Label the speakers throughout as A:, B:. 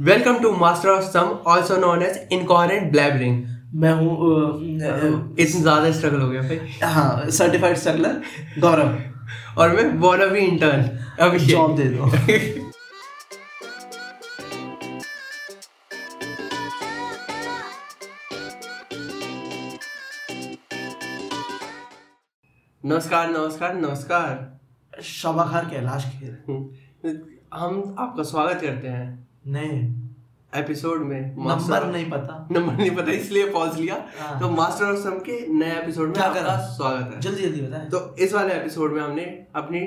A: Welcome to Master of Sum, also known as Incoherent Blabbering.
B: मैं हूँ
A: इतना ज्यादा स्ट्रगल हो गया भाई
B: अ, हाँ सर्टिफाइड स्ट्रगलर गौरव
A: और मैं बोला भी इंटर्न
B: जॉब दे दो
A: नमस्कार नमस्कार नमस्कार
B: शबाखार कैलाश खेर
A: हम आपका स्वागत करते हैं
B: नहीं
A: एपिसोड में Master
B: नंबर
A: of-
B: नहीं पता
A: नंबर नहीं पता इसलिए पॉज लिया
B: हाँ।
A: तो मास्टर ऑफ सम के नए एपिसोड में
B: क्या कर
A: आपका
B: रहा?
A: स्वागत है
B: जल्दी जल्दी बताएं
A: तो इस वाले एपिसोड में हमने अपनी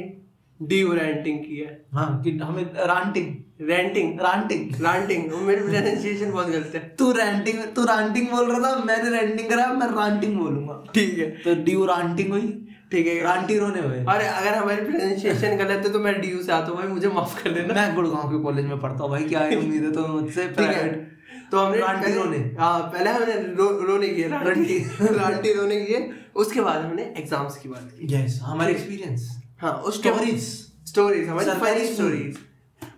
A: डी की है
B: हाँ कि हमें रांटिंग
A: रैंटिंग
B: रांटिंग
A: रांटिंग मेरे प्रोनाउंसिएशन बहुत गलत है
B: तू रैंटिंग तू रांटिंग बोल रहा था मैंने रैंटिंग करा मैं रांटिंग बोलूंगा
A: ठीक है
B: तो ड्यू रांटिंग हुई
A: ठीक है हाँ।
B: रांटी रोने हुए
A: और अगर हमारी प्रोनाउंसिएशन गलत है तो मैं डी से आता हूँ भाई मुझे माफ कर देना
B: मैं गुड़गांव के कॉलेज में पढ़ता हूँ भाई क्या है उम्मीद है तो मुझसे
A: ठीक है
B: private-
A: तो हमने
B: रांटी
A: पहले-
B: रोने।
A: हाँ पहले हमने रो, रोने किए रांटी रांटी रोने किए उसके बाद हमने एग्जाम्स की बात की
B: यस हमारे एक्सपीरियंस
A: हाँ उसके
B: स्टोरीज
A: स्टोरीज हमारी
B: सरकारी
A: फनी स्टोरीज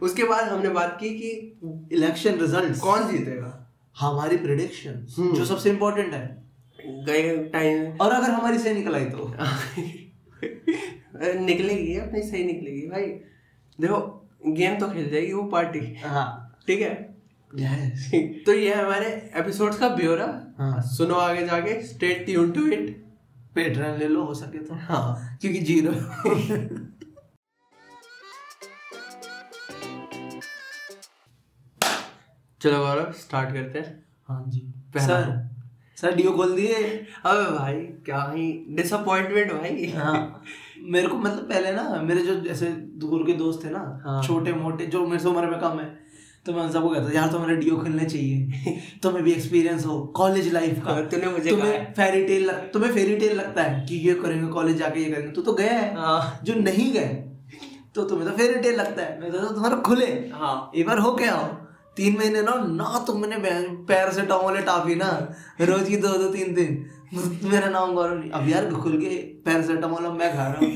A: उसके बाद हमने बात की कि
B: इलेक्शन रिजल्ट
A: कौन जीतेगा
B: हमारी प्रिडिक्शन
A: हम्म।
B: जो सबसे इम्पोर्टेंट है
A: गए टाइम
B: और अगर हमारी सही निकल आई तो
A: निकलेगी अपनी सही निकलेगी भाई देखो गेम तो खेल जाएगी वो पार्टी
B: हाँ
A: ठीक है
B: यस
A: तो ये हमारे एपिसोड का ब्यौरा
B: हाँ।
A: सुनो आगे जाके stay tune to it
B: Patreon ले लो हो सके तो
A: हाँ
B: क्योंकि जीरो
A: चलो गौरव स्टार्ट करते हैं
B: हाँ जी
A: पहला। तो।
B: सर सर डीओ खोल दिए
A: अबे भाई क्या ही डिसअपॉइंटमेंट भाई
B: हाँ मेरे को मतलब पहले ना मेरे जो जैसे दूर के दोस्त थे ना
A: हाँ।
B: छोटे मोटे जो मेरे से उम्र में कम है तो मैं उन सबको कहता यार तुम्हारे डीओ खेलने चाहिए तुम्हें भी एक्सपीरियंस हो कॉलेज लाइफ का
A: हाँ, तूने मुझे कहा
B: तुम्हें फेरी टेल लग, तुम्हें फेरी टेल लगता है कि ये करेंगे कॉलेज जाके ये करेंगे तू तो गया है
A: हाँ।
B: जो नहीं गए तो तुम्हें तो फेरी टेल लगता है मैं तो तुम्हारा खुले
A: हाँ।
B: एक बार हो गया हो तीन महीने ना ना तुमने बे- पैर से टॉमोले टापी ना रोज की दो दो तीन दिन मेरा नाम गौरव नहीं अब यार खुल के पैर से मैं खा रहा हूँ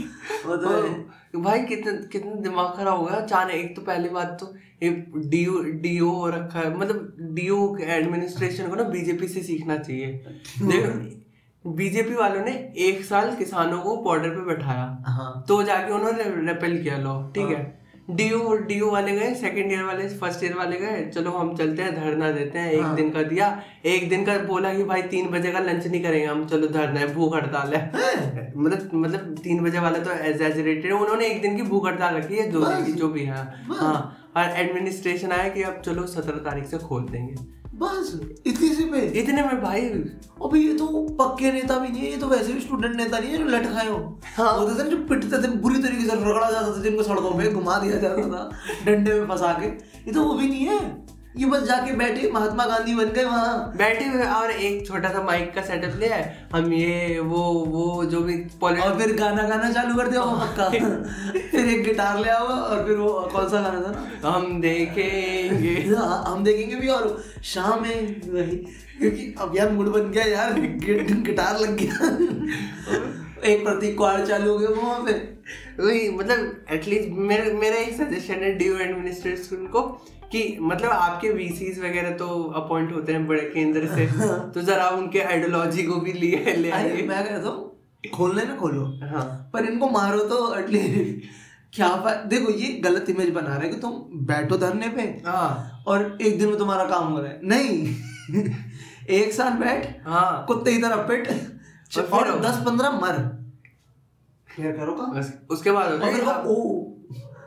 B: वो तो है।
A: तो भाई कितने कितना दिमाग खराब होगा अचानक एक तो पहली बात तो ये डीओ डीओ रखा है मतलब डीओ एडमिनिस्ट्रेशन को ना बीजेपी से सीखना चाहिए देखो बीजेपी वालों ने एक साल किसानों को बॉर्डर पे बैठाया
B: हाँ
A: तो जाके उन्होंने रेपेल किया लॉ ठीक है डीयू डीयू वाले गए सेकंड ईयर वाले फर्स्ट ईयर वाले गए चलो हम चलते हैं धरना देते हैं एक दिन का दिया एक दिन का बोला कि भाई तीन बजे का लंच नहीं करेंगे हम चलो धरना है भूख हड़ताल है मतलब मतलब तीन बजे वाला तो एग्जेजरेटेड है उन्होंने एक दिन की भूख हड़ताल रखी है दो दिन की जो भी है हाँ और एडमिनिस्ट्रेशन आया कि अब चलो सत्रह तारीख से खोल देंगे
B: बस इतनी सी पे
A: इतने में भाई
B: अबे ये तो पक्के नेता भी नहीं है ये तो वैसे भी स्टूडेंट नेता नहीं है जो लट खाए हो
A: हाँ।
B: होते थे ना जो पिटते थे बुरी तरीके से रगड़ा जाता था जिनको सड़कों पे घुमा दिया जाता था डंडे में फंसा के ये तो वो भी नहीं है ये बस जाके बैठे महात्मा गांधी बन गए वहाँ
A: बैठे हुए और एक छोटा सा माइक का सेटअप लिया है हम ये वो वो जो भी पॉलिटिक्स
B: और फिर गाना गाना चालू कर दिया वो पक्का फिर एक गिटार ले आओ और फिर वो कौन सा गाना था ना
A: हम देखेंगे
B: हाँ, हम देखेंगे भी और शाम है वही क्योंकि अब यार मूड बन गया यार गि- गिटार लग गया एक प्रतीक क्वार चालू हो गया वहाँ पे
A: वही मतलब एटलीस्ट मेरे मेरा एक सजेशन है ड्यू एडमिनिस्ट्रेशन को कि मतलब आपके वीसीज वगैरह तो अपॉइंट होते हैं बड़े केंद्र से तो जरा उनके आइडियोलॉजी को भी लिए ले
B: अरे
A: आइए
B: मैं कहता हूँ खोलने ना खोलो
A: हाँ
B: पर इनको मारो तो एटलीस्ट क्या पा- देखो ये गलत इमेज बना रहे हैं कि तुम बैठो धरने पे
A: हाँ
B: और एक दिन में तुम्हारा काम हो रहा है नहीं एक साल बैठ
A: हाँ
B: कुत्ते की तरह पिट
A: और फिर
B: और
A: आओ।
B: दस पंद्रह मर फिर करो काम
A: बस उसके बाद
B: और फिर
A: होता
B: ओ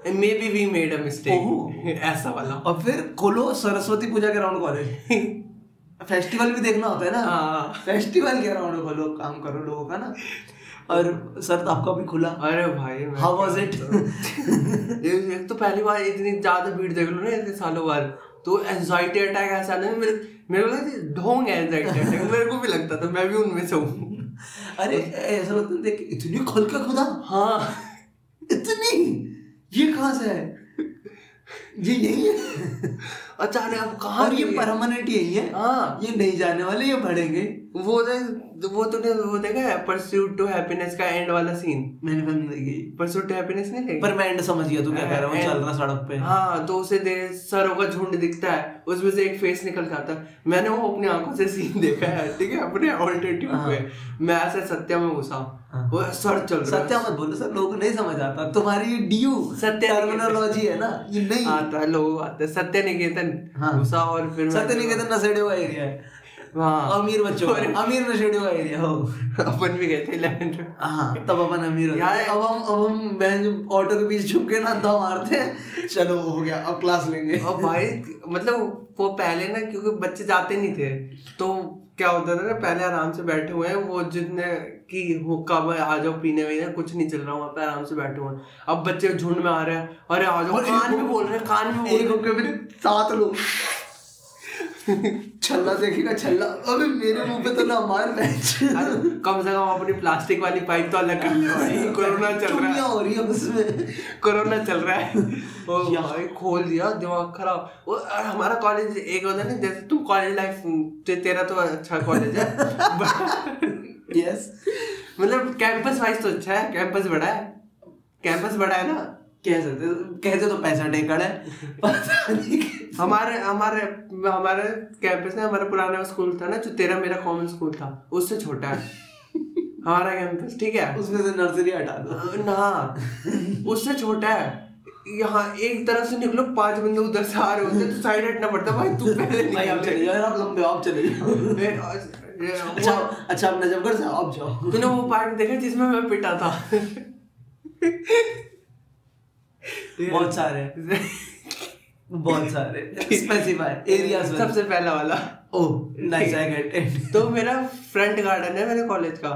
A: है may be we made a mistake
B: ओहो।
A: ऐसा वाला
B: और फिर खोलो सरस्वती पूजा के राउंड कॉलेज फेस्टिवल भी देखना होता है ना
A: हाँ।
B: फेस्टिवल के राउंड खोलो काम करो लोगों का ना और सर तो आपका भी खुला
A: अरे भाई मैं
B: हाउ वाज इट
A: एक एक तो पहली बार इतनी ज्यादा भीड़ देख लो ना इतने सालों बाद तो एंजाइटी अटैक ऐसा ना मेरे मेरे को लगता है ढोंग एंजाइटी अटैक मेरे को भी लगता था मैं भी उनमें से हूँ
B: अरे ऐसा लगता है देख इतनी खुल के खुदा
A: हाँ
B: इतनी ये कहाँ से है ये यही है
A: अचानक अब कहाँ
B: और ये
A: गए?
B: परमानेंट यही है
A: हाँ
B: ये नहीं जाने वाले ये बढ़ेंगे
A: वो जो वो तूने वो देखा है परस्यूट टू हैप्पीनेस का एंड वाला सीन
B: मैंने फिल्म देखी
A: परस्यूट टू हैप्पीनेस नहीं देखा
B: पर मैं एंड समझ गया तू क्या कह रहा हूँ
A: And-
B: चल रहा सड़क पे
A: हाँ तो उसे दे सरों का झुंड दिखता है उसमें से एक फेस निकल के आता है मैंने वो अपनी आंखों से सीन देखा है ठीक है अपने ऑल्टीट्यूड
B: हाँ।
A: पे मैं ऐसे सत्या में घुसा
B: हाँ।
A: वो सर चल रहा
B: सत्या मत बोलो सर लोग नहीं समझ आता तुम्हारी ड्यू
A: सत्या नहीं
B: टर्मिनोलॉजी है ना ये नहीं
A: है आता है लोग आते हैं सत्य निकेतन
B: हाँ।
A: घुसा और फिर
B: सत्य निकेतन नशेड़े हुआ एरिया है
A: हाँ
B: अमीर बच्चों
A: और-
B: का, अमीर नशेड़े हुआ एरिया हो
A: अपन भी गए थे इलेवन
B: हाँ तब अपन अमीर होते
A: यार-
B: हैं। अब हम अब हम बहन जो ऑटो के बीच छुप के ना दम मारते हैं चलो हो गया अब क्लास लेंगे
A: और भाई मतलब वो पहले ना क्योंकि बच्चे जाते नहीं थे तो क्या होता था ना पहले आराम से बैठे हुए हैं वो जितने कि हुक्का भाई आ जाओ पीने वीने कुछ नहीं चल रहा वहाँ पे आराम से बैठे हुए हैं अब बच्चे झुंड में आ रहे हैं अरे आ जाओ
B: और एक-
A: कान में बोल रहे हैं कान में बोल
B: एक होके फिर सात लोग छल्ला देखेगा छल्ला अबे मेरे मुंह पे तो ना मार
A: रहे हैं।
B: बेंच
A: अरे कम से कम अपनी प्लास्टिक वाली पाइप तो अलग कर लो भाई। कोरोना चल रहा है
B: हो रही है उसमें
A: कोरोना चल रहा है ओ भाई खोल दिया दिमाग खराब और और हमारा कॉलेज एक होता है ना जैसे तुम कॉलेज लाइफ ते, तेरा तो अच्छा कॉलेज है but-
B: यस
A: मतलब कैंपस वाइज तो अच्छा है कैंपस बड़ा है कैंपस बड़ा है ना
B: कह सकते हो, कहते तो पैसा टेकड़ है पता नहीं कि-
A: हमारे हमारे हमारे कैंपस में हमारा पुराना स्कूल था ना जो तेरा मेरा कॉमन स्कूल था उससे छोटा है हमारा कैंपस ठीक है
B: उसमें से नर्सरी हटा दो
A: ना उससे छोटा है यहाँ एक तरफ से निकलो पांच बंदे उधर से आ रहे होते हैं, तो साइड हटना पड़ता है, भाई तू पहले
B: भाई आप चले
A: निकल
B: जाओ यार, आप लंबे आप चले जाओ
A: ए, और- ए, वो-
B: अच्छा अच्छा आप नजफगढ़ से आओ, आप जाओ
A: तूने वो पार्ट देखा जिसमें मैं पिटा था
B: बहुत सारे बहुत सारे स्पेसिफाई एरिया
A: सबसे पहला वाला
B: ओ नाइस आई गेट इट
A: तो मेरा फ्रंट गार्डन है मेरे कॉलेज का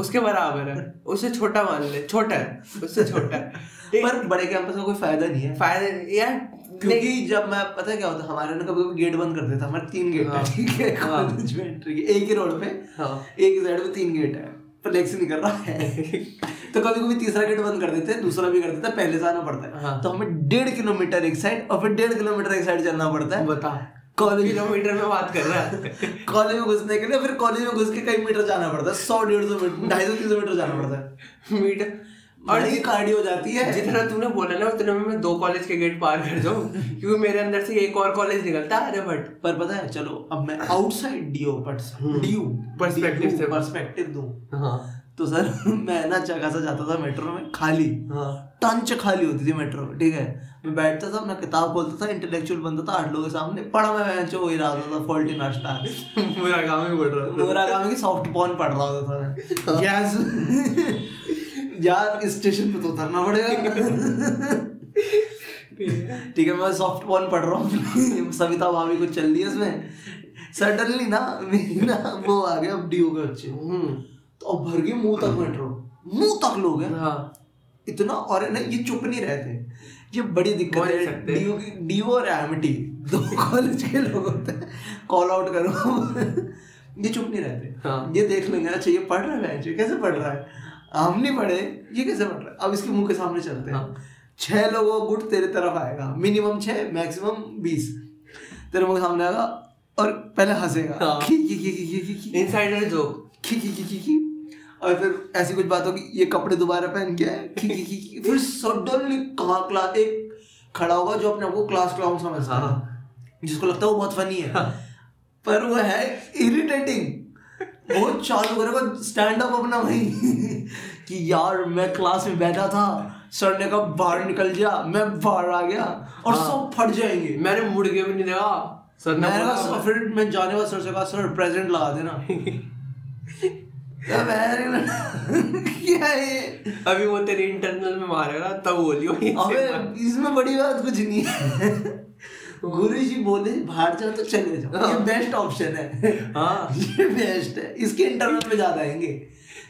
A: उसके बराबर है उससे छोटा मान ले छोटा है उससे छोटा है ठीक-
B: पर बड़े कैंपस में कोई फायदा नहीं है
A: फायदा यार नहीं-
B: क्योंकि जब मैं पता है क्या होता हमारे ना कभी कभी गेट बंद कर देता हमारे तीन गेट है
A: हाँ।
B: ठीक है
A: हाँ।
B: कॉलेज में एंट्री के एक ही रोड पे
A: हाँ।
B: एक साइड पे तीन गेट है फ्लेक्स नहीं कर रहा है तो कभी कभी तीसरा गेट बंद कर देते हैं दूसरा भी कर देते हैं पहले से आना पड़ता है
A: हाँ।
B: तो हमें डेढ़ किलोमीटर एक साइड और फिर डेढ़ किलोमीटर एक साइड चलना पड़ता है
A: बता
B: कॉलेज
A: किलोमीटर में बात कर रहा है
B: कॉलेज में घुसने के लिए फिर कॉलेज में घुस के कई मीटर जाना पड़ता है सौ डेढ़ सौ मीटर ढाई सौ तीन सौ मीटर जाना पड़ता है
A: मीटर
B: और
A: और
B: ये कार्डियो हो जाती है
A: जितना तूने बोला ना उतने में मैं दो कॉलेज के गेट पार कर जाऊँ क्योंकि मेरे अंदर से एक और कॉलेज निकलता है अरे बट
B: पर पता है चलो अब मैं आउटसाइड डीओ
A: हम्म।
B: पर डीयू
A: Perspective से-
B: पर्सपेक्टिव दूं
A: हाँ
B: तो सर मैं ना अच्छा खासा जाता था मेट्रो में खाली
A: हाँ
B: टंच खाली होती थी मेट्रो में, ठीक है मैं बैठता था अपना किताब खोलता था इंटेलेक्चुअल बनता था आठ लोगों के सामने पढ़ा मैं बहन चो वही रहा होता था फॉल्टी नाश्ता
A: पूरा काम ही बढ़ रहा
B: मोरा काम की सॉफ्ट पॉर्न पढ़ रहा होता था मैं। Yes. यार स्टेशन पे तो उतरना पड़ेगा
A: था
B: ठीक है मैं सॉफ्ट पॉर्न पढ़ रहा हूँ सविता भाभी को चल रही है इसमें सडनली ना मेरी ना वो आ गया अब डीओ के बच्चे
A: हम्म
B: तो अब भर गए मुंह तक मेट्रो मुंह तक लोग हैं
A: हाँ
B: इतना और है ना ये चुप नहीं रहते ये बड़ी
A: बोल
B: दिक्कत
A: नहीं
B: है
A: सकते।
B: डीओ की डीओ और एमटी दो कॉलेज के लोग होते हैं कॉल आउट करो ये चुप नहीं रहते
A: हाँ।
B: ये देख लेंगे अच्छा ये पढ़ रहा है ये कैसे पढ़ रहा है हम नहीं पढ़े ये कैसे पढ़ रहा है अब इसके मुंह के सामने चलते हैं
A: हाँ।
B: छह लोगों का गुट तेरे तरफ आएगा मिनिमम छह मैक्सिमम बीस तेरे मुंह के सामने आएगा और पहले हंसेगा
A: हाँ।
B: खी खी खी खी खी खी खी
A: इनसाइडर जोक
B: खी खी खी खी खी और फिर ऐसी कुछ बात होगी ये कपड़े दोबारा पहन के आए खी खी खी खी फिर सडनली कहाँ क्लास एक खड़ा होगा जो अपने आप को क्लास क्लाउन समझता है जिसको लगता है वो बहुत फनी है पर वो है इरिटेटिंग वो चालू करेगा स्टैंड अप अपना वही कि यार मैं क्लास में बैठा था सर ने कहा बाहर निकल जा मैं बाहर आ गया और
A: हाँ।
B: सब फट जाएंगे
A: मैंने मुड़ के भी नहीं देखा सर ने
B: मैंने
A: बोला,
B: कहा "सर, फिर मैं जाने वाला सर से कहा सर प्रेजेंट लगा देना अब यार, क्या है ये?
A: अभी वो तेरे इंटरनल में मारेगा ना, तब बोलियो ये
B: अबे
A: से बात।
B: इसमें बड़ी बात कुछ नहीं है गुरु जी बोले बाहर जाओ तो चले जाओ ये बेस्ट ऑप्शन है
A: हाँ।
B: ये बेस्ट है इसके इंटरनेट पे ज्यादा आएंगे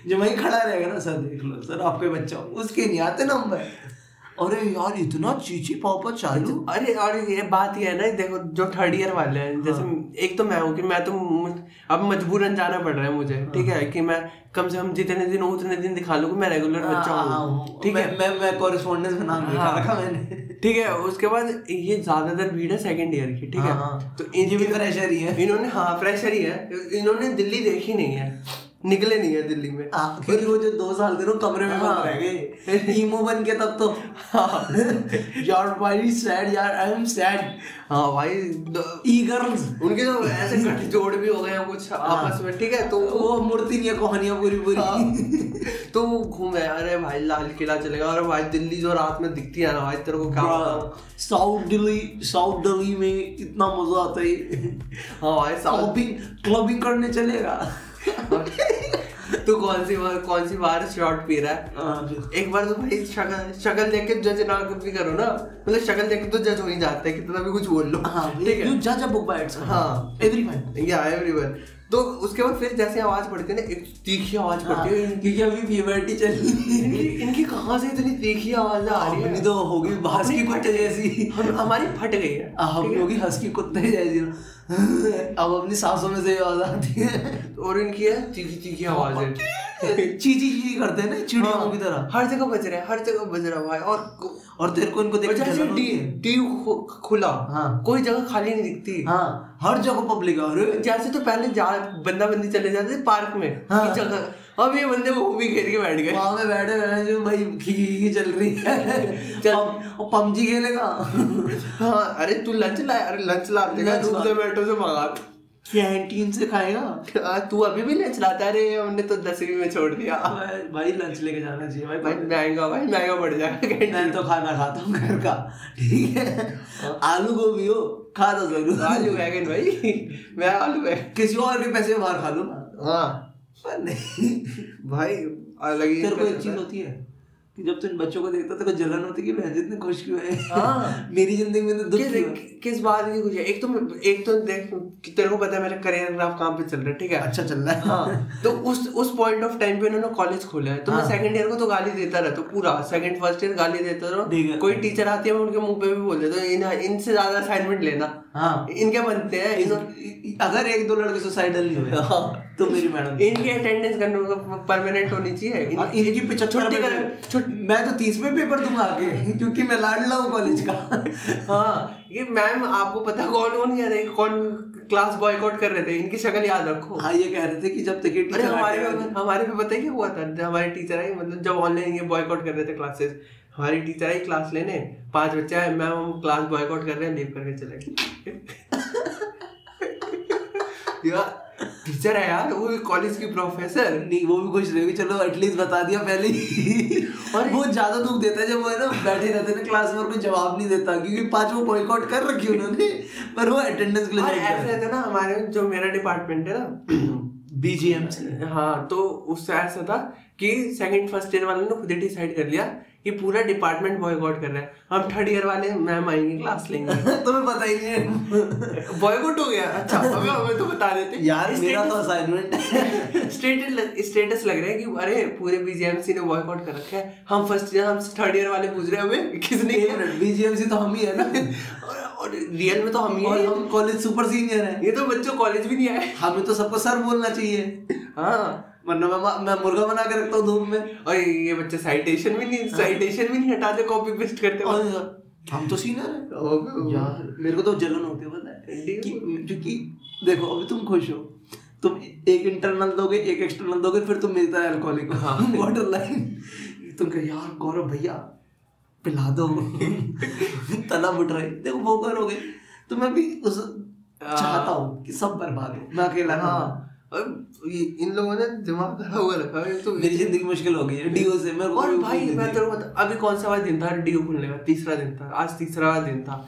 B: जो वहीं खड़ा रहेगा ना सर देख लो सर आपके बच्चा हो।" उसके नहीं आते नंबर अरे यार इतना चीची पापा चालू
A: अरे और ये बात ये है ना देखो जो थर्ड ईयर वाले हैं जैसे एक तो मैं हूँ कि मैं तो मुझ- अब मजबूरन जाना पड़ रहा है मुझे ठीक है कि मैं कम से कम जितने दिन हूँ उतने दिन दिखा लूँ कि मैं रेगुलर बच्चा हूँ
B: ठीक
A: ठीक
B: हाँ, मैं
A: है
B: मैं, मैं correspondence में नाम लिखा
A: हाँ।
B: रखा मैंने
A: ठीक है उसके बाद ये ज्यादातर भीड़ है सेकंड ईयर की ठीक है
B: हाँ, हाँ।
A: तो
B: ये भी fresher ही है।
A: इन्होंने हाँ फ्रेशर ही है इन्होंने दिल्ली देखी नहीं है निकले नहीं है दिल्ली में
B: आखिर वो जो दो साल थे ना कमरे में बंद रह
A: हाँ।
B: गए ईमो बन के तब तो यार भाई सैड यार आई एम सैड
A: हाँ भाई द-
B: ई गर्ल्स
A: उनके तो ऐसे गठजोड़ भी हो गए हैं कुछ
B: हाँ।
A: आपस में ठीक है तो
B: वो मूर्ति नहीं है कहानियां पूरी पूरी
A: तो वो घूमे अरे भाई लाल किला चलेगा अरे भाई दिल्ली जो रात में दिखती है ना भाई तेरे को क्या
B: हाँ।
A: बताऊं?
B: साउथ दिल्ली साउथ दिल्ली में इतना मजा आता है
A: हाँ भाई साउथ
B: क्लबिंग क्लबिंग करने चलेगा
A: तू कौन सी बार कौन सी बार शॉट पी रहा है
B: हाँ,
A: एक बार तो भाई शक्ल शक्ल देख के जज ना भी करो ना मतलब शक्ल देख के तो जज हो ही जाता है कितना भी कुछ बोल लो
B: हाँ
A: ठीक है
B: यू जज अ बुक बाय इट्स
A: हाँ।
B: एवरीवन
A: या एवरीवन तो उसके बाद फिर जैसे आवाज पड़ती है ना एक तीखी आवाज पड़ती है इनकी-
B: क्योंकि अभी प्यूबर्टी चल रही है
A: इनकी इनकी कहाँ से इतनी तीखी आवाज आ रही
B: अपनी
A: है
B: तो होगी बांस की कुत्ते जैसी
A: हम हमारी फट गई है
B: हम लोग ही हंस की कुत्ते जैसी ना। अब अपनी सांसों में से आवाज आती है
A: और इनकी है तीखी तीखी आवाज है
B: ची ची ची करते हैं ना चिड़ियों की
A: हाँ,
B: तरह
A: हर जगह बज रहा है हर जगह बज रहा है भाई और
B: और तेरे को इनको देख के
A: जैसे
B: जलन
A: डी
B: होती है।
A: डी खु- खुला
B: हाँ।
A: कोई जगह खाली नहीं दिखती
B: हाँ हर जगह पब्लिक है अरे
A: जैसे तो पहले जा बंदा बंदी चले जाते थे पार्क में
B: हाँ।
A: की जगह अब ये बंदे वो भी घेर के बैठ गए
B: वहां पे बैठे बैठे जो भाई खी खी खी चल रही है
A: चल।
B: चल पबजी खेलेगा
A: हाँ अरे तू लंच लाए अरे लंच ला देगा
B: लंच
A: धूप
B: ला।
A: से बैठो से मंगा
B: कैंटीन से खाएगा
A: हाँ, तू अभी भी लंच लाता है? अरे हमने तो दसवीं में छोड़ दिया
B: भाई लंच लेके जाना चाहिए भाई
A: भाई महंगा भाई महंगा पड़ जाएगा
B: मैं तो खाना खाता हूँ घर का ठीक है आलू गोभी हो खा तो जरूर
A: हाँ। आलू वैगन भाई मैं आलू वैगन
B: किसी और के पैसे में बाहर खा लूंगा
A: हाँ
B: पर नहीं
A: भाई अलग ही
B: तेरे को एक चीज होती है कि जब तू इन बच्चों को देखता है, तेरे को जलन होती है कि बहन जी इतने खुश क्यों
A: हाँ।
B: है मेरी जिंदगी में तो दुख
A: किस
B: क्यों है?
A: किस बात की खुशी है? एक तो मैं- एक तो देख कि तेरे को पता है मेरा करियर ग्राफ कहाँ पे चल रहा है ठीक है
B: अच्छा चल रहा है
A: हाँ तो उस उस पॉइंट ऑफ टाइम पे उन्होंने कॉलेज खोला है तो मैं
B: हाँ।
A: सेकंड ईयर को तो गाली देता रहता हूँ, पूरा सेकंड फर्स्ट ईयर गाली देता
B: ठीक
A: रहो
B: है।
A: कोई टीचर आती है मैं उनके मुंह पे भी बोल देता हूँ इन इनसे ज्यादा असाइनमेंट लेना
B: हाँ
A: इनके बनते हैं इन्हों-
B: इस- अगर एक दो लड़के सुसाइडल नहीं हुए
A: हाँ।
B: तो मेरी मैडम
A: इनकी अटेंडेंस करने परमानेंट होनी चाहिए इन-
B: इन- इनकी पिछहत्तर
A: छुट्टी
B: पेपर
A: कर-
B: छुट- मैं तो तीसवें पेपर दूंगा आगे क्योंकि मैं लाडला हूँ कॉलेज का
A: हाँ ये मैम आपको पता है कौन कौन कह रहे हैं, कौन क्लास बॉयकॉट कर रहे थे इनकी शक्ल याद रखो
B: हाँ ये कह रहे थे कि जब तक ये
A: अरे
B: टीचर
A: हमारे
B: हटेगा-
A: में हमारे में पता है क्या हुआ था जब हमारे टीचर आई मतलब जब ऑनलाइन ये बॉयकॉट कर रहे थे क्लासेस हमारी टीचर आई क्लास लेने पांच बच्चे आए मैम हम क्लास बॉयकॉट कर रहे हैं लीव करके चले गए यार टीचर है यार वो कॉलेज की प्रोफेसर
B: नहीं वो भी खुश रहेगी चलो एटलीस्ट बता दिया पहले ही
A: और-
B: और वो ज्यादा दुख देता है जब वो है ना बैठे रहते हैं क्लास में और कोई जवाब नहीं देता क्योंकि पांच वो बॉयकॉट कर रखी उन्होंने पर वो अटेंडेंस के लिए
A: और
B: जाएगा।
A: ऐसे था ना हमारे में जो मेरा डिपार्टमेंट है ना
B: BGM से
A: हाँ तो उससे ऐसा था कि सेकंड फर्स्ट ईयर वालों ने खुद ही डिसाइड कर लिया कि पूरा डिपार्टमेंट बॉयकॉट कर रहा है हम थर्ड ईयर वाले मैम आएंगे क्लास लेंगे
B: तुम्हें पता ही नहीं
A: बॉयकॉट हो गया अच्छा हमें हमें तो बता देते
B: है यार मेरा तो असाइनमेंट है
A: स्टेटस स्टेटस लग रहा है कि अरे पूरे बीजेएमसी ने बॉयकॉट कर रखा है हम फर्स्ट ईयर हम थर्ड ईयर वाले पूछ रहे हैं हमें किसने
B: एक
A: किया?
B: मिनट बीजीएमसी तो हम ही है ना
A: और, और रियल में तो हम ही
B: और
A: हैं
B: हम कॉलेज सुपर सीनियर हैं
A: ये तो बच्चों कॉलेज भी नहीं आए
B: हमें तो सबको सर बोलना चाहिए
A: हाँ
B: वरना मैं मैं मुर्गा बना के रखता हूँ धूप में
A: और ये बच्चे साइटेशन भी नहीं
B: हाँ।
A: साइटेशन भी नहीं हटाते कॉपी पेस्ट करते
B: और हम तो सीनियर हैं यार मेरे को तो जलन होती है पता है
A: डीप।
B: कि क्योंकि देखो अभी तुम खुश हो तुम एक इंटरनल दोगे एक एक्सटर्नल दोगे फिर तुम मिलता है अल्कोहलिक
A: हाँ।
B: वाटर लाइन तुम कह यार गौरव भैया पिला दो तना बुट रही देखो वो करोगे तो मैं भी उस
A: हाँ।
B: चाहता हूँ कि सब बर्बाद हो मैं अकेला ना
A: हाँ
B: हूँ।
A: और ये इन लोगों ने दिमाग खराब हुआ रखा है ये तो
B: मेरी जिंदगी मुश्किल हो गई है डीओ से मेरे को
A: और
B: कोई
A: भाई
B: उम्मीद
A: मैं
B: तो नहीं
A: तेरे को बता- अभी कौन सा वाला दिन था डीयू खुलने का तीसरा दिन था आज तीसरा दिन था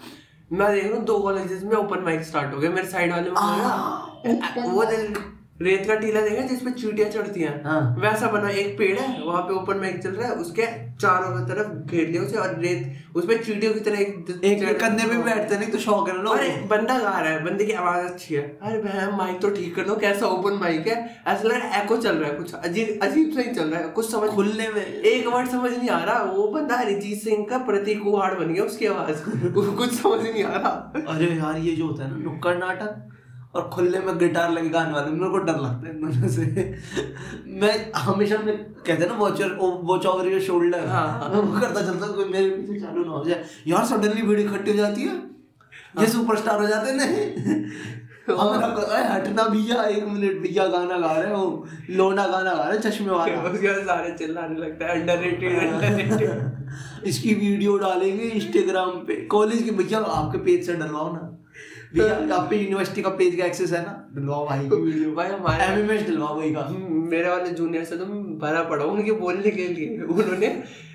A: मैं देख रहा हूँ दो कॉलेजेस में ओपन माइक स्टार्ट हो गया मेरे साइड वाले में
B: आ,
A: बोला,
B: open
A: वो दिन रेत का टीला देखा जिसमें चीटियां चढ़ती हैं
B: हाँ।
A: वैसा बना एक पेड़ है वहां पे ओपन माइक चल रहा है उसके चारों की तरफ घेर लिया उसे और रेत उसमें चीटियों की तरह एक हाँ।
B: एक एक कंधे पे भी बैठते नहीं तो शौक है ना
A: अरे
B: लोग
A: बंदा गा रहा है बंदे की आवाज अच्छी है अरे बहन माइक तो ठीक कर दो कैसा ओपन माइक है ऐसा लग रहा है एको चल रहा है कुछ अजीब अजीब सा ही चल रहा है कुछ समझ
B: खुलने में
A: एक वर्ड समझ नहीं आ रहा वो बंदा अरिजीत सिंह का प्रतीक कुहाड़ बन गया उसकी आवाज कुछ समझ नहीं आ रहा
B: अरे यार ये जो होता है ना नुक्कड़ नाटक और खुले में गिटार लगे गाने वाले मेरे को डर लगता है इन दोनों से मैं हमेशा मैं कहते हैं ना watcher watch over your shoulder
A: हाँ, हाँ।
B: मैं वो करता चलता हूं, कोई मेरे पीछे चालू ना
A: हाँ।
B: हो जाए यार सडनली भीड़ इकट्ठी हो जाती है ये सुपरस्टार हो जाते हैं हमारा गाना है, हटना भैया एक मिनट भैया गाना गा रहे हो लोना गाना गा रहे हो, चश्मे वाला
A: उसके बाद सारे चिल्लाने लगता है अंडररेटेड अंडररेटेड
B: इसकी वीडियो डालेंगे इंस्टाग्राम पे कॉलेज के भैया आपके पेज से डलवाओ ना भैया आप पे यूनिवर्सिटी का पेज का एक्सेस है ना डलवाओ भाई की वीडियो
A: भाई हमारे
B: एमएमएस डलवाओ भाई का
A: मेरे वाले जूनियर से तो मैं भरा पड़ा हूँ उनके बोलने के लिए उन्होंने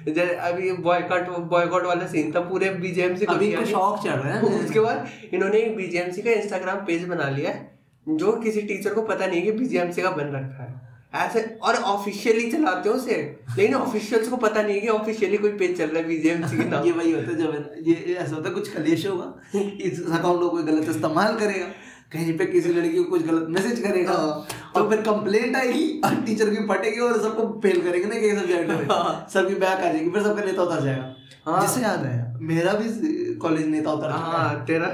A: जैसे अभी बॉयकॉट बॉयकॉट वाला सीन था पूरे बीजेएमसी
B: अभी इनको शौक चढ़ रहा है
A: उसके बाद इन्होंने एक बीजेएमसी का इंस्टाग्राम पेज बना लिया है जो किसी टीचर को पता नहीं है कि बीजेएमसी का बन रखा है ऐसे और ऑफिशियली चलाते हो उसे लेकिन ऑफिशियल्स को पता नहीं है कि ऑफिशियली कोई पेज चल रहा है बीजेएमसी के नाम
B: तो ये वही होता है जब ये ये ऐसा होता है कुछ कलेश होगा इस अकाउंट को कोई गलत इस्तेमाल करेगा कहीं पे किसी लड़की को कुछ गलत मैसेज करेगा और फिर कंप्लेंट आएगी और टीचर की फटेगी और सबको फेल करेंगे ना कि ये सब्जेक्ट में सबकी बैक आ जाएगी फिर सबका नेता उतर जाएगा
A: हाँ।
B: जिससे याद आया मेरा भी कॉलेज नेता उतर चुका है
A: हाँ तेरा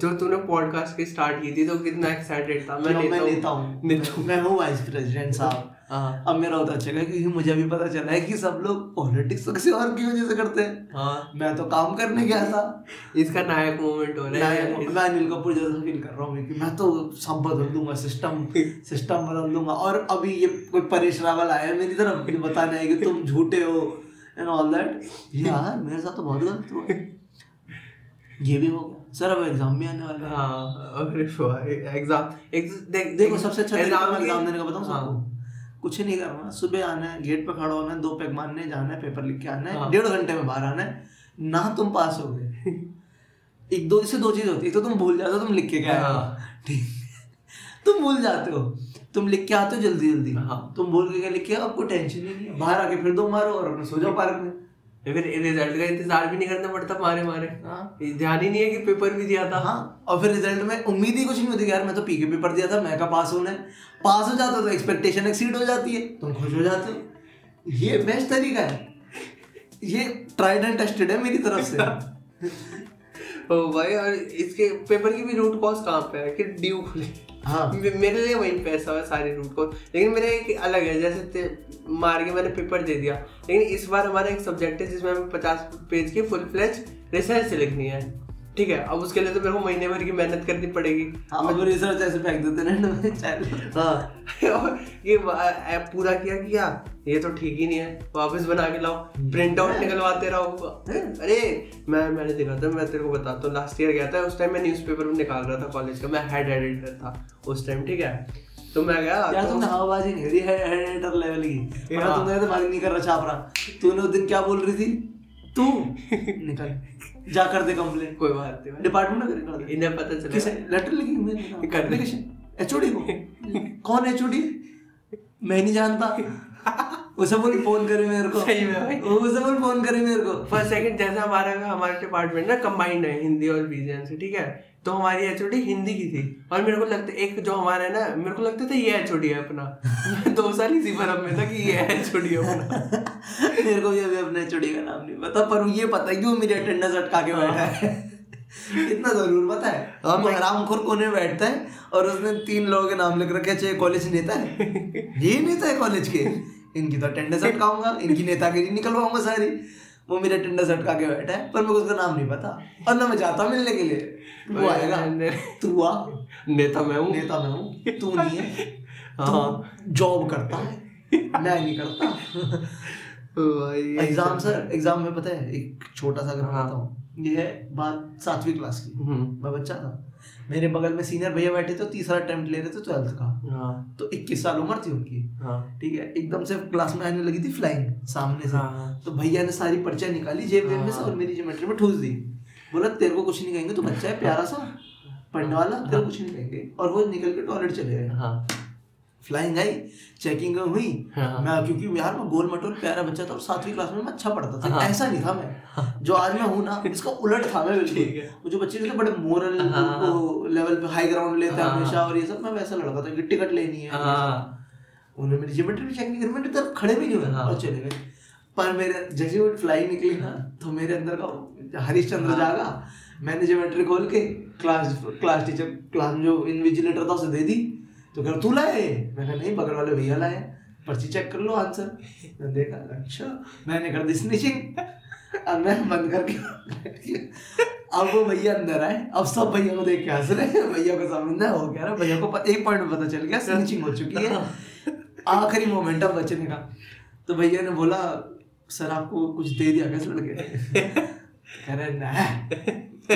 A: जो तूने पॉडकास्ट की स्टार्ट की थी तो कितना एक्साइटेड था मैं
B: मैं मैं नेता
A: लेता
B: हूँ मैं हूँ वाइस प्रेसिडेंट साहब
A: हाँ
B: अब मेरा उतर चुका है क्योंकि मुझे अभी पता चला है कि सब लोग पॉलिटिक्स किसी और की वजह से करते हैं
A: हाँ
B: मैं तो काम करने गया था
A: इसका नायक मोमेंट हो रहा है
B: मैं मैं अनिल कपूर जैसा फील कर रहा हूँ कि मैं तो सब बदल दूंगा सिस्टम सिस्टम बदल दूंगा और अभी ये कोई परेश रावल आया है मेरी तरफ मुझे बताने है कि तुम झूठे हो एंड ऑल दैट यार मेरे साथ तो बहुत गलत हुआ ये भी होगा सर अब एग्जाम भी आने वाला है
A: हाँ अरे भाई एग्जाम एक देख
B: देखो सबसे अच्छा तरीका मैं
A: की-
B: एग्जाम देने का बताऊं
A: हाँ,
B: सबको कुछ नहीं करना सुबह आना है गेट पे खड़ा होना है दो पैक मारने जाना है पेपर लिख के आना है
A: हाँ।
B: डेढ़ घंटे में बाहर आना है ना तुम पास हो गए एक दो इससे दो चीज होती है एक तो तुम भूल जाते हो तुम लिख के गए हो।
A: हाँ।
B: ठीक तुम भूल जाते हो तुम लिख के आते हो जल्दी जल्दी
A: हाँ।
B: तुम भूल के गए, लिख के आपको टेंशन ही नहीं है बाहर आके फिर दो मारो और अपने सो जाओ पार्क में
A: फिर रिजल्ट का इंतजार भी नहीं करना पड़ता मारे मारे
B: हाँ
A: ध्यान ही नहीं है कि पेपर भी दिया था
B: हाँ और फिर रिजल्ट में उम्मीद ही कुछ नहीं होती कि यार मैं तो पी के पेपर दिया था मैं का पास होना है पास हो जाता तो एक्सपेक्टेशन एक्सीड हो जाती है तुम खुश हो जाते हो ये बेस्ट तरीका है ये ट्राइड एंड टेस्टेड है मेरी तरफ से हाँ,
A: ओ भाई और इसके पेपर की भी रूट कॉज कहाँ पे है कि ड्यू खुले
B: हाँ
A: मे- मेरे लिए वही पैसा है सारे रूट कॉज लेकिन मेरा एक अलग है जैसे ते- मार के मैंने पेपर दे दिया लेकिन इस बार हमारा एक सब्जेक्ट है जिसमें हमें पचास पेज की फुल फ्लेज रिसर्च लिखनी है ठीक है अब उसके लिए तो मेरे को महीने भर की मेहनत करनी पड़ेगी
B: हम रिसर्च ऐसे फेंक देते हैं ना चैनल
A: हाँ और ये वा- ऐप पूरा किया किया ये तो ठीक ही नहीं है वापस बना के लाओ प्रिंट आउट निकलवाते रहो अरे मैं मैंने देखा था मैं तेरे को बताता हूँ लास्ट ईयर गया था उस टाइम मैं न्यूज़पेपर में निकाल रहा था कॉलेज का मैं हेड एडिटर था उस टाइम ठीक है तो मैं गया
B: यार
A: तो-
B: तुमने हवाबाजी नहीं करी है एडिटर लेवल की वरना
A: हाँ।
B: तुमने तो भाग नहीं कर रहा छाप रहा तूने उस दिन क्या बोल रही थी तू निकल जा कर दे कंप्लेन
A: कोई बात नहीं भाई।
B: डिपार्टमेंट में कर दे
A: इन्हें पता हाँ।
B: किसे
A: चले
B: लेटर लिखी मैंने
A: कर दे।
B: एचओडी को कौन एचओडी मैं नहीं जानता उसे बोल फोन करे मेरे को
A: सही में भाई।
B: उसे बोल फोन करे मेरे को
A: फर्स्ट सेकंड जैसा हमारा हमारा डिपार्टमेंट ना कंबाइंड है हिंदी और बीजेएन से ठीक है तो हमारी एचओडी हिंदी की थी और मेरे को लगता एक जो हमारा है ना मेरे को लगता था ये एचओडी है अपना मैं दो साल इसी भरम में था कि ये एचओडी है अपना
B: मेरे को भी अभी अपने एचओडी का नाम नहीं पता पर ये पता है कि वो मेरी अटेंडेंस अटका के बैठा है इतना जरूर पता है
A: हाँ,
B: हम हरामखोर कोने में बैठता है और उसने तीन लोगों के नाम लिख रखे हैं, चाहे कॉलेज नेता है ये नेता है कॉलेज के इनकी तो अटेंडेंस अटकाऊंगा इनकी नेतागिरी निकलवाऊंगा सारी वो मेरे अटेंडेंस अटका के बैठा है पर मेरे को उसका नाम नहीं पता और ना मैं जाता हूं मिलने के लिए वो आएगा तू आ
A: नेता मैं हूँ
B: नेता मैं हूँ तू नहीं है
A: हाँ
B: जॉब करता है मैं नहीं करता
A: भाई।
B: एग्जाम सर एग्जाम में पता है एक छोटा सा अगर बताता हूँ ये है बात सातवीं क्लास की
A: हम्म,
B: मैं बच्चा था मेरे बगल में सीनियर भैया बैठे थे तीसरा अटेम्प्ट ले रहे थे ट्वेल्थ का
A: हाँ
B: तो इक्कीस साल उम्र थी उनकी
A: हाँ
B: ठीक है एकदम से क्लास में आने लगी थी फ्लाइंग सामने से
A: हाँ।
B: तो भैया ने सारी पर्चा निकाली जेब वेब में से
A: हाँ।
B: और मेरी ज्योमेट्री में ठूस दी बोला तेरे को कुछ नहीं कहेंगे तू बच्चा है प्यारा सा पढ़ने वाला तेरे को कुछ नहीं कहेंगे और वो निकल के टॉयलेट चले गए
A: हाँ
B: फ्लाइंग आई चेकिंग हुई
A: हाँ।
B: मैं क्योंकि यार मैं गोल मटोल प्यारा बच्चा था और सातवीं क्लास में मैं अच्छा पढ़ता था
A: हाँ।
B: ऐसा नहीं था मैं जो आज मैं हूँ ना इसका उलट था मैं
A: ठीक है।
B: बिल्कुल मुझे बच्चे जो थे बड़े मोरल
A: हाँ।
B: लेवल पे हाई ग्राउंड लेते हैं
A: हाँ।
B: हमेशा और ये सब मैं वैसा लड़का था कि टिकट लेनी है ये सब।
A: हाँ
B: उन्होंने मेरी ज्योमेट्री भी चेक नहीं करी मेरे तरफ खड़े भी नहीं हुए
A: हाँ।
B: और चले गए पर मेरे जैसे वो फ्लाई निकली ना तो मेरे अंदर का हरिश्चंद्र
A: हाँ।
B: जागा मैंने ज्योमेट्री खोल के क्लास क्लास टीचर क्लास में जो इन्विजिलेटर था उसे दे दी तो कह रहा, तू लाए मैंने नहीं बगल वाले भैया लाए पर्ची चेक कर लो आंसर मैंने देखा अच्छा मैंने कर दी स्निचिंग और मैं बंद करके अब वो भैया अंदर आए अब सब भैया को देख के हंस रहे हैं भैया को समझना हो गया ना भैया को प- एक पॉइंट पता चल गया स्नीचिंग हो चुकी है आखिरी मोमेंट है बचने का तो भैया ने बोला सर आपको कुछ दे दिया क्या इस लड़के ने?" कह रहे "ना,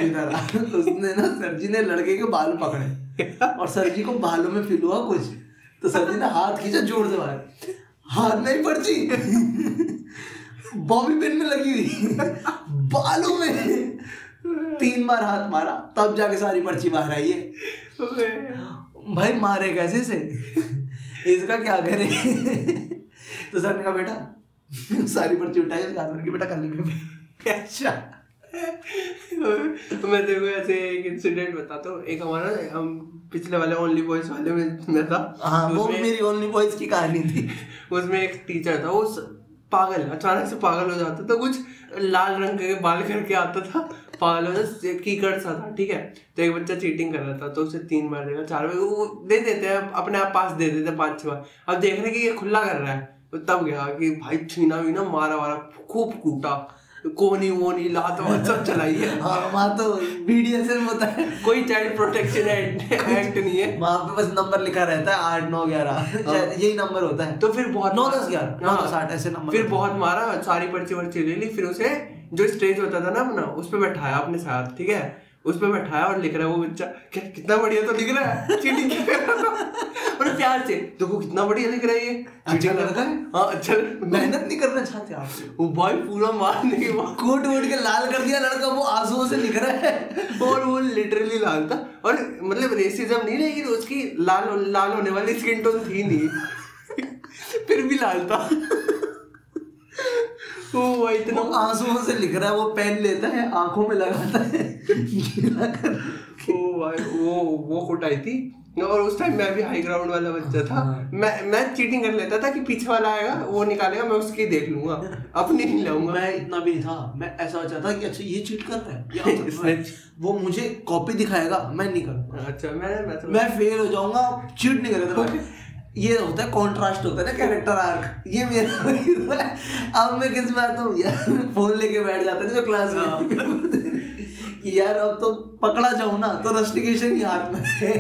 B: इधर आ।" तो उसने ना सर जी ने लड़के के बाल पकड़े और सर जी को बालों में फील हुआ कुछ तो सर जी ने हाथ खींचा जोर से बाहर हाथ नहीं पर्ची बॉबी पिन में लगी हुई बालों में तीन बार हाथ मारा तब जाके सारी पर्ची बाहर आई है
A: तो
B: भाई मारे कैसे से इसका क्या करे तो सर ने कहा बेटा सारी पर्ची उठाई उसके हाथ में रखी, बेटा कर लेंगे अच्छा
A: मैं तेरे को ऐसे एक इंसिडेंट बताता हूँ एक हमारा हम पिछले वाले ओनली बॉयज वाले में मैं था
B: हाँ वो
A: उसमें-
B: मेरी ओनली बॉयज की कहानी थी
A: उसमें एक टीचर था वो स- पागल अचानक से पागल हो जाता था तो कुछ लाल रंग के बाल करके आता था पागल हो जाता कीकड़ सा था ठीक है तो एक बच्चा चीटिंग कर रहा था तो उसे तीन बार देगा चार बार वो दे देते हैं अपने आप पास दे देते हैं पाँच छः बार अब देख रहे हैं कि ये खुला कर रहा है तो तब गया कि भाई छीना वीना मारा वारा खूब कूटा कोनी वोनी लात वात सब चलाई है
B: हाँ वहाँ तो बीडीएसएल होता है
A: कोई चाइल्ड प्रोटेक्शन एक्ट एक्ट नहीं है
B: वहाँ पे बस नंबर लिखा रहता है आठ नौ ग्यारह शायद यही नंबर होता है
A: तो फिर बहुत
B: नौ
A: मारा।
B: दस ग्यारह नौ
A: हाँ।
B: दस आठ ऐसे नंबर
A: फिर बहुत मारा सारी पर्ची वर्ची ले ली फिर उसे जो स्टेज होता था ना अपना उस पर बैठाया अपने साथ ठीक है उस पर बैठाया और लिख रहा है वो बच्चा क्या कितना बढ़िया तो लिख रहा है चीटिंग क्यों कर रहा था और प्यार से देखो कितना बढ़िया लिख रहा है ये
B: अच्छा
A: चीटिंग
B: लड़का है।
A: हाँ अच्छा लड़का।
B: मेहनत नहीं करना चाहते आप
A: वो भाई पूरा मारने के बाद
B: कोट वोट के लाल कर दिया लड़का वो आंसुओं से लिख रहा है
A: और वो लिटरली लाल था और मतलब रेसिज्म नहीं लेकिन उसकी लाल लाल होने वाली स्किन टोन थी नहीं फिर भी लाल था वो भाई
B: वो
A: इतना
B: आंसुओं से लिख रहा है वो पेन लेता है आंखों में लगाता है गीला कर
A: ओ भाई वो वो कुटाई थी और उस टाइम मैं भी हाई ग्राउंड वाला बच्चा था
B: हाँ।
A: मैं मैं चीटिंग कर लेता था कि पीछे वाला आएगा वो निकालेगा मैं उसकी देख लूंगा अपनी नहीं लाऊंगा
B: मैं इतना भी नहीं था मैं ऐसा हो जाता कि अच्छा ये चीट कर रहा है ये आंसर
A: इसने-
B: कर रहा है। वो मुझे कॉपी दिखाएगा मैं नहीं करूंगा
A: अच्छा मैं मैं तो
B: मैं फेल हो जाऊंगा चीट नहीं करेगा भाई ये होता है कॉन्ट्रास्ट होता है ना कैरेक्टर आर्क ये मेरा वही हुआ है। अब मैं किस बात हूँ यार फोन लेके बैठ जाता है जो क्लास में कि यार अब तो पकड़ा जाऊं ना तो रस्टिकेशन ही हाथ में है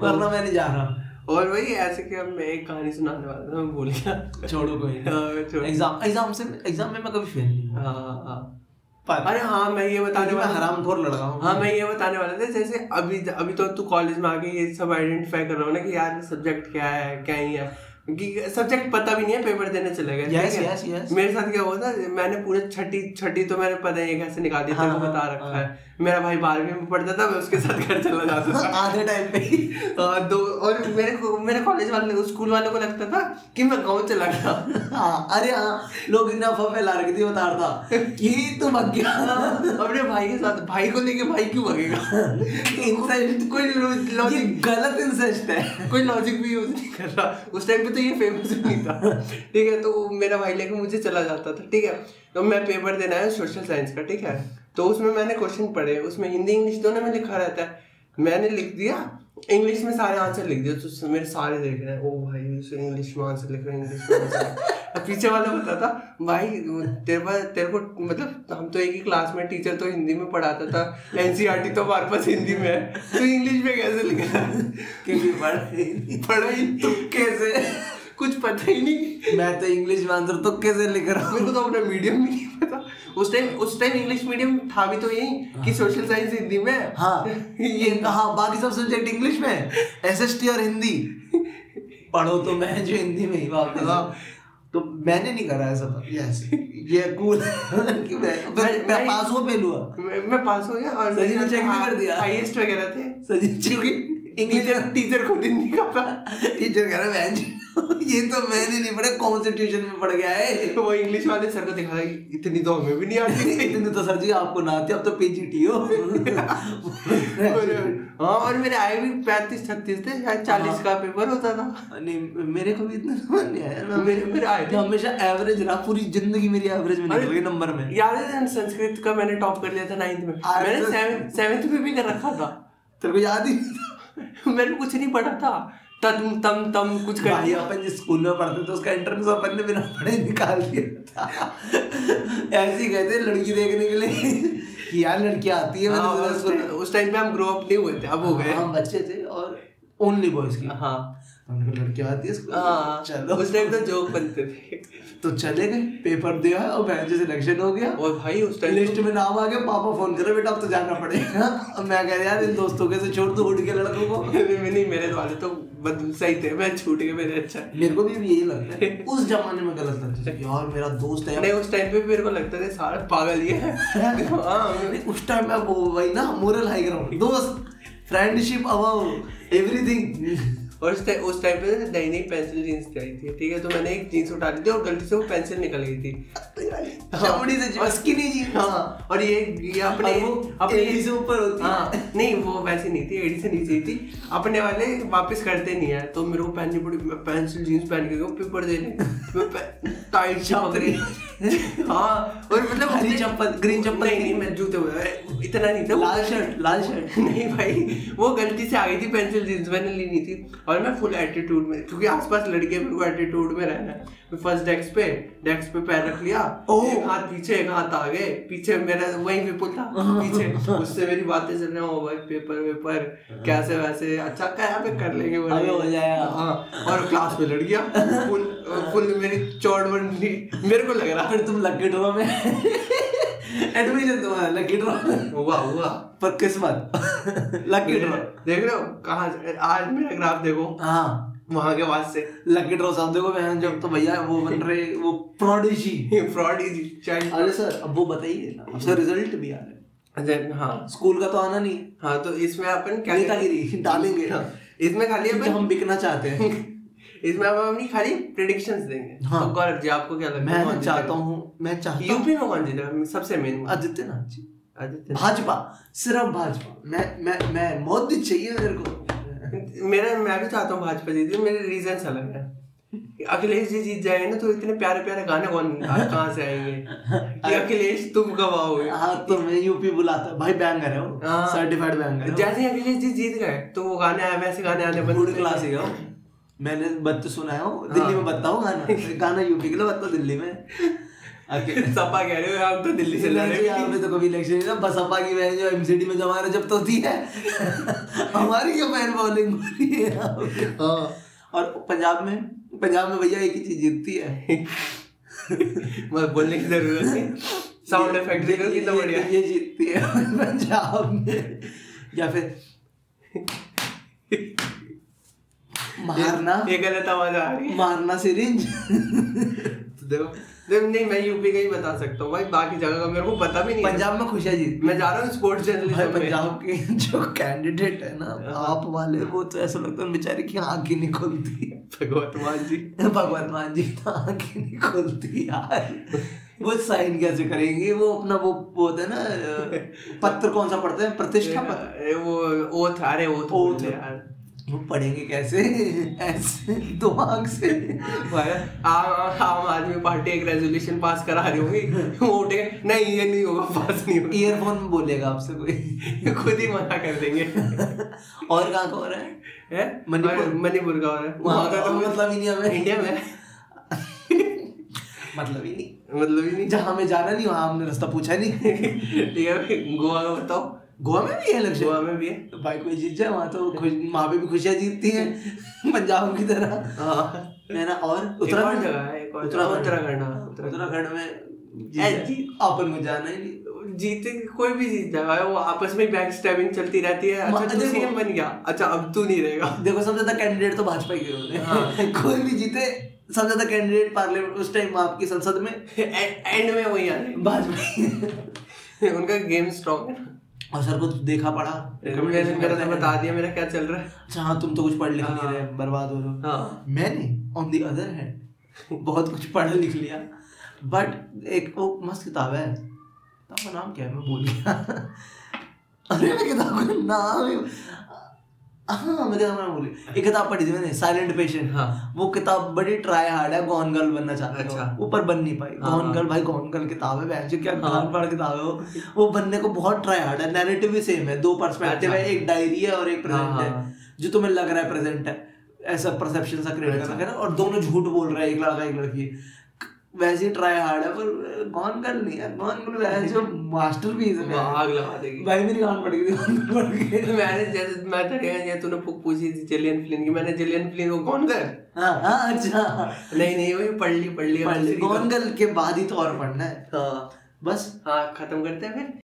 B: वरना मैं नहीं जा रहा
A: और वही ऐसे कि अब मैं एक कहानी सुनाने वाला था मैं भूल गया
B: छोड़ो कोई
A: हाँ, छोड़ो।
B: एग्जाम एग्जाम से एग्जाम में मैं कभी फेल नहीं हुआ
A: हाँ, हाँ।
B: पर-
A: अरे हाँ मैं ये बताने
B: क्योंकि मैं
A: वाला
B: हराम खोर लड़का हूँ
A: हाँ मैं ये बताने वाला था जैसे अभी अभी तो तू कॉलेज में आके ये सब आइडेंटिफाई कर रहा हो ना कि यार सब्जेक्ट क्या है क्या ही है क्योंकि सब्जेक्ट पता भी नहीं है पेपर देने चले गए
B: Yes,
A: ठीक है?
B: yes, yes.
A: मेरे साथ क्या हुआ था मैंने पूरे छठी छठी तो मैंने पता ही है कैसे निकाल दी तेरे को
B: हाँ,
A: बता
B: हाँ,
A: रखा है मेरा भाई बारहवीं में पढ़ता था मैं उसके साथ घर चला जाता था
B: आधे टाइम पे ही
A: और दो और मेरे को मेरे कॉलेज वाले स्कूल वालों को लगता था कि मैं गाँव चला गया
B: हाँ अरे हाँ लोग इतना फैला रखी थी बता रहा था यही तो मग गया
A: अपने भाई के साथ भाई को लेके भाई क्यों भगेगा
B: Incest।
A: कोई
B: ये
A: लॉजिक
B: गलत इंसेस्ट है
A: कोई लॉजिक भी यूज नहीं कर रहा उस टाइम पे तो ये फेमस भी नहीं था ठीक है तो मेरा भाई लेके मुझे चला जाता था ठीक है तो मैं पेपर देना है सोशल साइंस का ठीक है तो उसमें मैंने क्वेश्चन पढ़े उसमें हिंदी इंग्लिश दोनों में लिखा रहता है मैंने लिख दिया इंग्लिश में सारे आंसर लिख दिए तो मेरे सारे देख रहे हैं ओ भाई इंग्लिश में आंसर लिख रहे हैं इंग्लिश में आंसर अब पीछे वाला बताता भाई तेरे पास तेरे को मतलब हम तो एक ही क्लास में टीचर तो हिंदी में पढ़ाता था एनसीईआरटी तो हमारे पास हिंदी में है तो इंग्लिश में कैसे लिख रहा है
B: क्योंकि पढ़
A: पढ़ा ही तुक्के से कुछ पता ही नहीं
B: मैं तो इंग्लिश में आंसर तो कैसे लिख रहा हूँ
A: मेरे को तो अपना मीडियम भी नहीं पता उस टाइम उस टाइम इंग्लिश मीडियम था भी तो यही कि सोशल साइंस हिंदी में है।
B: हाँ ये हाँ बाकी सब सब्जेक्ट इंग्लिश में एस एस टी और हिंदी पढ़ो तो मैं जो हिंदी में ही वापस
A: हाँ।
B: तो मैंने नहीं करा ऐसा पर यस ये कूल कि मैं मैं,
A: मैं-
B: मैं पास हुआ फेल हुआ
A: मैं, मैं पास हो गया और
B: सर जी ने check भी कर दिया।
A: हाईएस्ट वगैरह थे
B: सजीव
A: क्योंकि
B: इंग्लिश
A: टीचर टीचर को दिन नहीं का
B: टीचर कह रहा है, "बहन जी, ये तो मैंने नहीं पढ़ा कौन से ट्यूशन में पढ़ गया है
A: तो वो इंग्लिश वाले सर को दिखा रहा है, इतनी तो हमें भी नहीं आती
B: इतने तो सर जी आपको ना आती अब तो पीजीटी हो
A: और- हाँ और मेरे आए भी पैंतीस छत्तीस थे
B: हाँ।
A: शायद चालीस का पेपर होता था
B: नहीं मेरे को भी इतना समझ नहीं आया मैं
A: मेरे- मेरे आए थे।
B: मैं हमेशा एवरेज रहा पूरी जिंदगी मेरी एवरेज में
A: अरे-
B: निकल गई नंबर में
A: याद है संस्कृत का मैंने टॉप कर लिया था नाइन्थ में
B: आज
A: मैंने
B: तो-
A: सेवन- सेवेंथ में भी कर रखा था
B: तेरे को याद ही नहीं था।
A: मैंने कुछ नहीं पढ़ा था तम तम तम कुछ कर
B: भाई अपन जिस स्कूल में पढ़ते थे उसका एंट्रेंस अपन ने बिना पढ़े निकाल दिया था ऐसे ही गए थे लड़की देखने के लिए कि यार लड़कियां आती है
A: हाँ,
B: मैंने
A: उस
B: सुना
A: टाइम- उस टाइम पे हम ग्रो अप नहीं हुए थे अब हो गए
B: हम हाँ, बच्चे थे और ओनली बॉयज की
A: हाँ
B: हमने कहा लड़कियां आती है स्कूल
A: हाँ
B: चलो
A: उस टाइम तो जोक बनते थे
B: तो चले गए पेपर दिया है और बहन जी सिलेक्शन हो गया
A: और भाई उस टाइम
B: लिस्ट में नाम आ गया पापा फोन करे बेटा अब तो जाना पड़ेगा अब मैं कह रहा यार इन दोस्तों के से छोड़ दो उठ के लड़कों को
A: तो- नहीं नहीं, मेरे वाले तो बदल सही थे मैं छूट गया मेरे अच्छा
B: मेरे को भी अब यही लगता है उस जमाने में गलत लगता था यार मेरा दोस्त है
A: नहीं उस टाइम पे भी मेरे को लगता था सारे पागल ये हैं हाँ,
B: नहीं, उस टाइम मैं वो वही ना मोरल हाई ग्राउंड दोस्त फ्रेंडशिप अबाउट एवरीथिंग
A: और उस टाइम उस टाइम पे ना नई नई पेंसिल जीन्स आई थी ठीक है तो मैंने एक जीन्स उठा ली थी और गलती से वो पेंसिल निकल गई थी
B: चमड़ी से स्किनी जी
A: हाँ और ये ये अपने
B: और वो
A: अपने
B: एड़ी से ऊपर होती है।
A: हाँ नहीं वो वैसी नहीं थी एडी से नीचे ही थी अपने वाले वापस करते नहीं है तो मेरे को पहननी पड़ी मैं पेंसिल जीन्स पहन के गया पेपर देने टाइट छाप रही हाँ और मतलब
B: हरी
A: उसने-
B: चप्पल, green चप्पल
A: नहीं नहीं मैं जूते हुए इतना नहीं था वो-
B: लाल शर्ट लाल शर्ट
A: नहीं भाई वो गलती से आ गई थी पेंसिल जींस मैंने ली नहीं थी और मैं फुल एटीट्यूड में क्योंकि आसपास लड़के मेरे को एटीट्यूड में रहना है मैं फर्स्ट डेस्क पे डेस्क पे पैर रख लिया
B: ओह।
A: एक हाथ पीछे एक हाथ आगे पीछे मेरा वही विपुल था पीछे उससे मेरी बातें चल रही हो भाई पेपर वेपर कैसे वैसे अच्छा क्या पे कर लेंगे वो
B: हाँ। अबे हो जाएगा।
A: हाँ और क्लास में लड़ गया फुल फुल मेरी चौड़ बन गई मेरे को लग रहा
B: फिर तुम लकी ड्रॉ में एडमिशन तुम्हारा लकी ड्रॉ में
A: हुआ हुआ
B: पर किस्मत लकी ड्रॉ
A: देख रहे हो कहाँ से- आज मेरा ग्राफ देखो
B: हाँ
A: वहां के बाद से
B: लकी ड्रॉ साहब देखो बहन जब तो भैया वो बन रहे वो प्रोडिजी
A: फ्रॉड इजी चाइल्ड
B: अरे सर अब वो बताइए ना अब सर रिजल्ट भी आ रहा है
A: अच्छा हाँ
B: स्कूल का तो आना नहीं है
A: हाँ तो इसमें अपन क्या
B: नेतागिरी डालेंगे
A: हाँ, इसमें खाली
B: क्योंकि
A: अपन
B: तो हम बिकना चाहते हैं
A: इसमें अपन अपनी खाली प्रिडिक्शंस देंगे
B: हाँ।
A: तो गौरव जी आपको क्या लगता है
B: मैं चाहता हूँ मैं चाहता हूँ अच्छा।
A: यूपी में कौन जीतेगा सबसे मेन
B: आदित्य नाथ जी
A: आदित्य
B: भाजपा सिर्फ भाजपा मैं मैं मैं मोदी चाहिए मेरे को
A: मेरा मैं भी चाहता हूँ भाजपा जीते मेरे रीजन अलग है अखिलेश जी जीत जाएंगे ना तो इतने प्यारे प्यारे गाने कौन कहाँ से आएंगे कि अखिलेश तुम कब आओगे
B: हाँ तो मैं यूपी बुलाता भाई बैंगर है वो
A: हाँ।
B: सर्टिफाइड बैंगर है
A: जैसे ही अखिलेश जी जीत गए तो वो गाने आए वैसे गाने आने बंद
B: गुड क्लास ही है वो। मैंने बत्त सुनाया हूँ दिल्ली में बत्ता हूँ गाना गाना यूपी के लिए बत्ता दिल्ली में Okay.
A: सपा कह रहे हो आप तो दिल्ली से लड़
B: नहीं,
A: रहे हो
B: यहाँ पे तो कभी इलेक्शन नहीं था बसपा की बहन जो एमसीडी में जमा रहे जब तो थी है हमारी क्यों बहन बॉलिंग हो रही है यहाँ पे?
A: हाँ।
B: और पंजाब में पंजाब में भैया एक ही चीज जीतती है
A: बस बोलने की जरूरत नहीं साउंड इफेक्ट देखो
B: ये-
A: कितना
B: ये-
A: तो बढ़िया
B: ये जीतती है पंजाब में या फिर मारना
A: ये गलत आवाज आ रही है
B: मारना सिरिंज
A: तो देखो देखो, नहीं मैं यूपी का ही बता सकता हूँ भाई बाकी जगह का मेरे को पता भी नहीं है।
B: पंजाब में खुशिया जीत
A: मैं जा रहा हूँ स्पोर्ट्स
B: भाई
A: जर्नलिज्म में
B: पंजाब के जो कैंडिडेट है ना आप वाले वो तो ऐसा लगता है बेचारे की आँख ही नहीं खुलती
A: भगवत मान जी
B: भगवान मान जी तो आँखें नहीं खुलती यार वो साइन कैसे करेंगे वो अपना वो वो होता है ना अ, पत्र कौन सा पढ़ते हैं प्रतिष्ठा पत्र
A: ए, वो ओथ अरे ओथ
B: Oath। वो पढ़ेंगे कैसे ऐसे दिमाग से
A: भाई आम आम- आम आदमी पार्टी एक रेजोल्यूशन पास करा रही होगी वो उठेगा नहीं ये नहीं होगा पास नहीं होगा
B: ईयरफोन में बोलेगा आपसे कोई
A: खुद ही मना कर देंगे
B: और कहाँ का हो रहा है
A: है?
B: मणिपुर।
A: और मणिपुर का हो रहा है
B: वहाँ का तो मतलब ही नहीं हमें
A: इंडिया में
B: मतलब ही नहीं
A: मतलब ही नहीं
B: जहाँ हमें जाना नहीं वहाँ हमने रास्ता पूछा नहीं
A: ठीक है भाई, गोवा का बताओ
B: गोवा में भी है इलेक्शन
A: गोवा में भी है
B: भाई कोई जीत जाए वहाँ तो खुश वहाँ पे भी खुशियाँ जीतती हैं पंजाब की तरह
A: हाँ।
B: है ना और
A: एक और
B: उत्तराखंड
A: जगह है एक और जगह,
B: उत्तराखंड
A: उत्तराखंड हाँ, उत्तराखंड
B: उत्तराखंड में जीत
A: ऐ,
B: जाए।
A: जी-
B: अपन को जाना ही नहीं
A: जीते कोई भी जीत जाए भाई, वो आपस में बैक स्टैबिंग चलती रहती है अच्छा
B: मा-
A: तू
B: देखो-
A: सीएम बन गया अच्छा अब तू नहीं रहेगा
B: देखो सबसे ज्यादा कैंडिडेट तो भाजपा के होते
A: हाँ।
B: हैं कोई भी जीते सबसे ज्यादा कैंडिडेट पार्लियामेंट उस टाइम आपकी संसद में
A: ए- एंड में वही आने
B: भाजपा ही है।
A: उनका गेम स्ट्रॉन्ग है ना।
B: और सर को देखा पड़ा
A: मैंने
B: recommendation
A: मेरा
B: करते
A: तो
B: हैं।
A: बता दिया मेरा क्या चल रहा है
B: अच्छा हाँ तुम तो कुछ पढ़ लिख नहीं रहे बर्बाद हो रहे हो
A: हाँ
B: मैंने ऑन दी अदर हैंड बहुत कुछ पढ़ लिख लिया बट एक वो मस्त किताब है किताब का नाम क्या है मैं भूल गया अरे मैं किताब का नाम ही हाँ मैं किताब का नाम भूल गया एक किताब पढ़ी थी मैंने साइलेंट पेशेंट
A: हाँ।
B: वो किताब बड़ी ट्राई हार्ड है गॉन गर्ल बनना चाहते
A: अच्छा।
B: हो ऊपर बन नहीं पाई
A: हाँ,
B: गॉन
A: हाँ।
B: गर्ल भाई गॉन गर्ल किताब है बहन क्या
A: हाँ।
B: घान पाड़ किताब है वो वो बनने को बहुत ट्राई हार्ड है नैरेटिव भी सेम है दो पर्सपेक्टिव है एक डायरी है और एक
A: अच्छा। हाँ,
B: प्रेजेंट है
A: हाँ।
B: जो तुम्हें लग रहा है
A: अच्छा।
B: प्रेजेंट है ऐसा परसेप्शन सा क्रिएट करना है ना और दोनों झूठ बोल रहे हैं एक लड़का एक लड़की वैसे ही ट्राई हार्ड है पर गॉन कर नहीं यार गॉन गुल वैसे मास्टर पीस है
A: आग लगा देगी
B: भाई मेरी गांड पड़ गई थी गांड पड़ गई
A: मैंने जैसे मैं तो गया ये तूने पू- पूछी थी जिलियन फ्लिन की मैंने जिलियन फ्लिन को कौन कर
B: हाँ हाँ अच्छा
A: नहीं नहीं वही पढ़ ली पढ़ ली अब दूसरी
B: गॉन गर्ल के बाद ही तो और पढ़ना है
A: तो- हाँ
B: बस
A: हाँ खत्म करते हैं फिर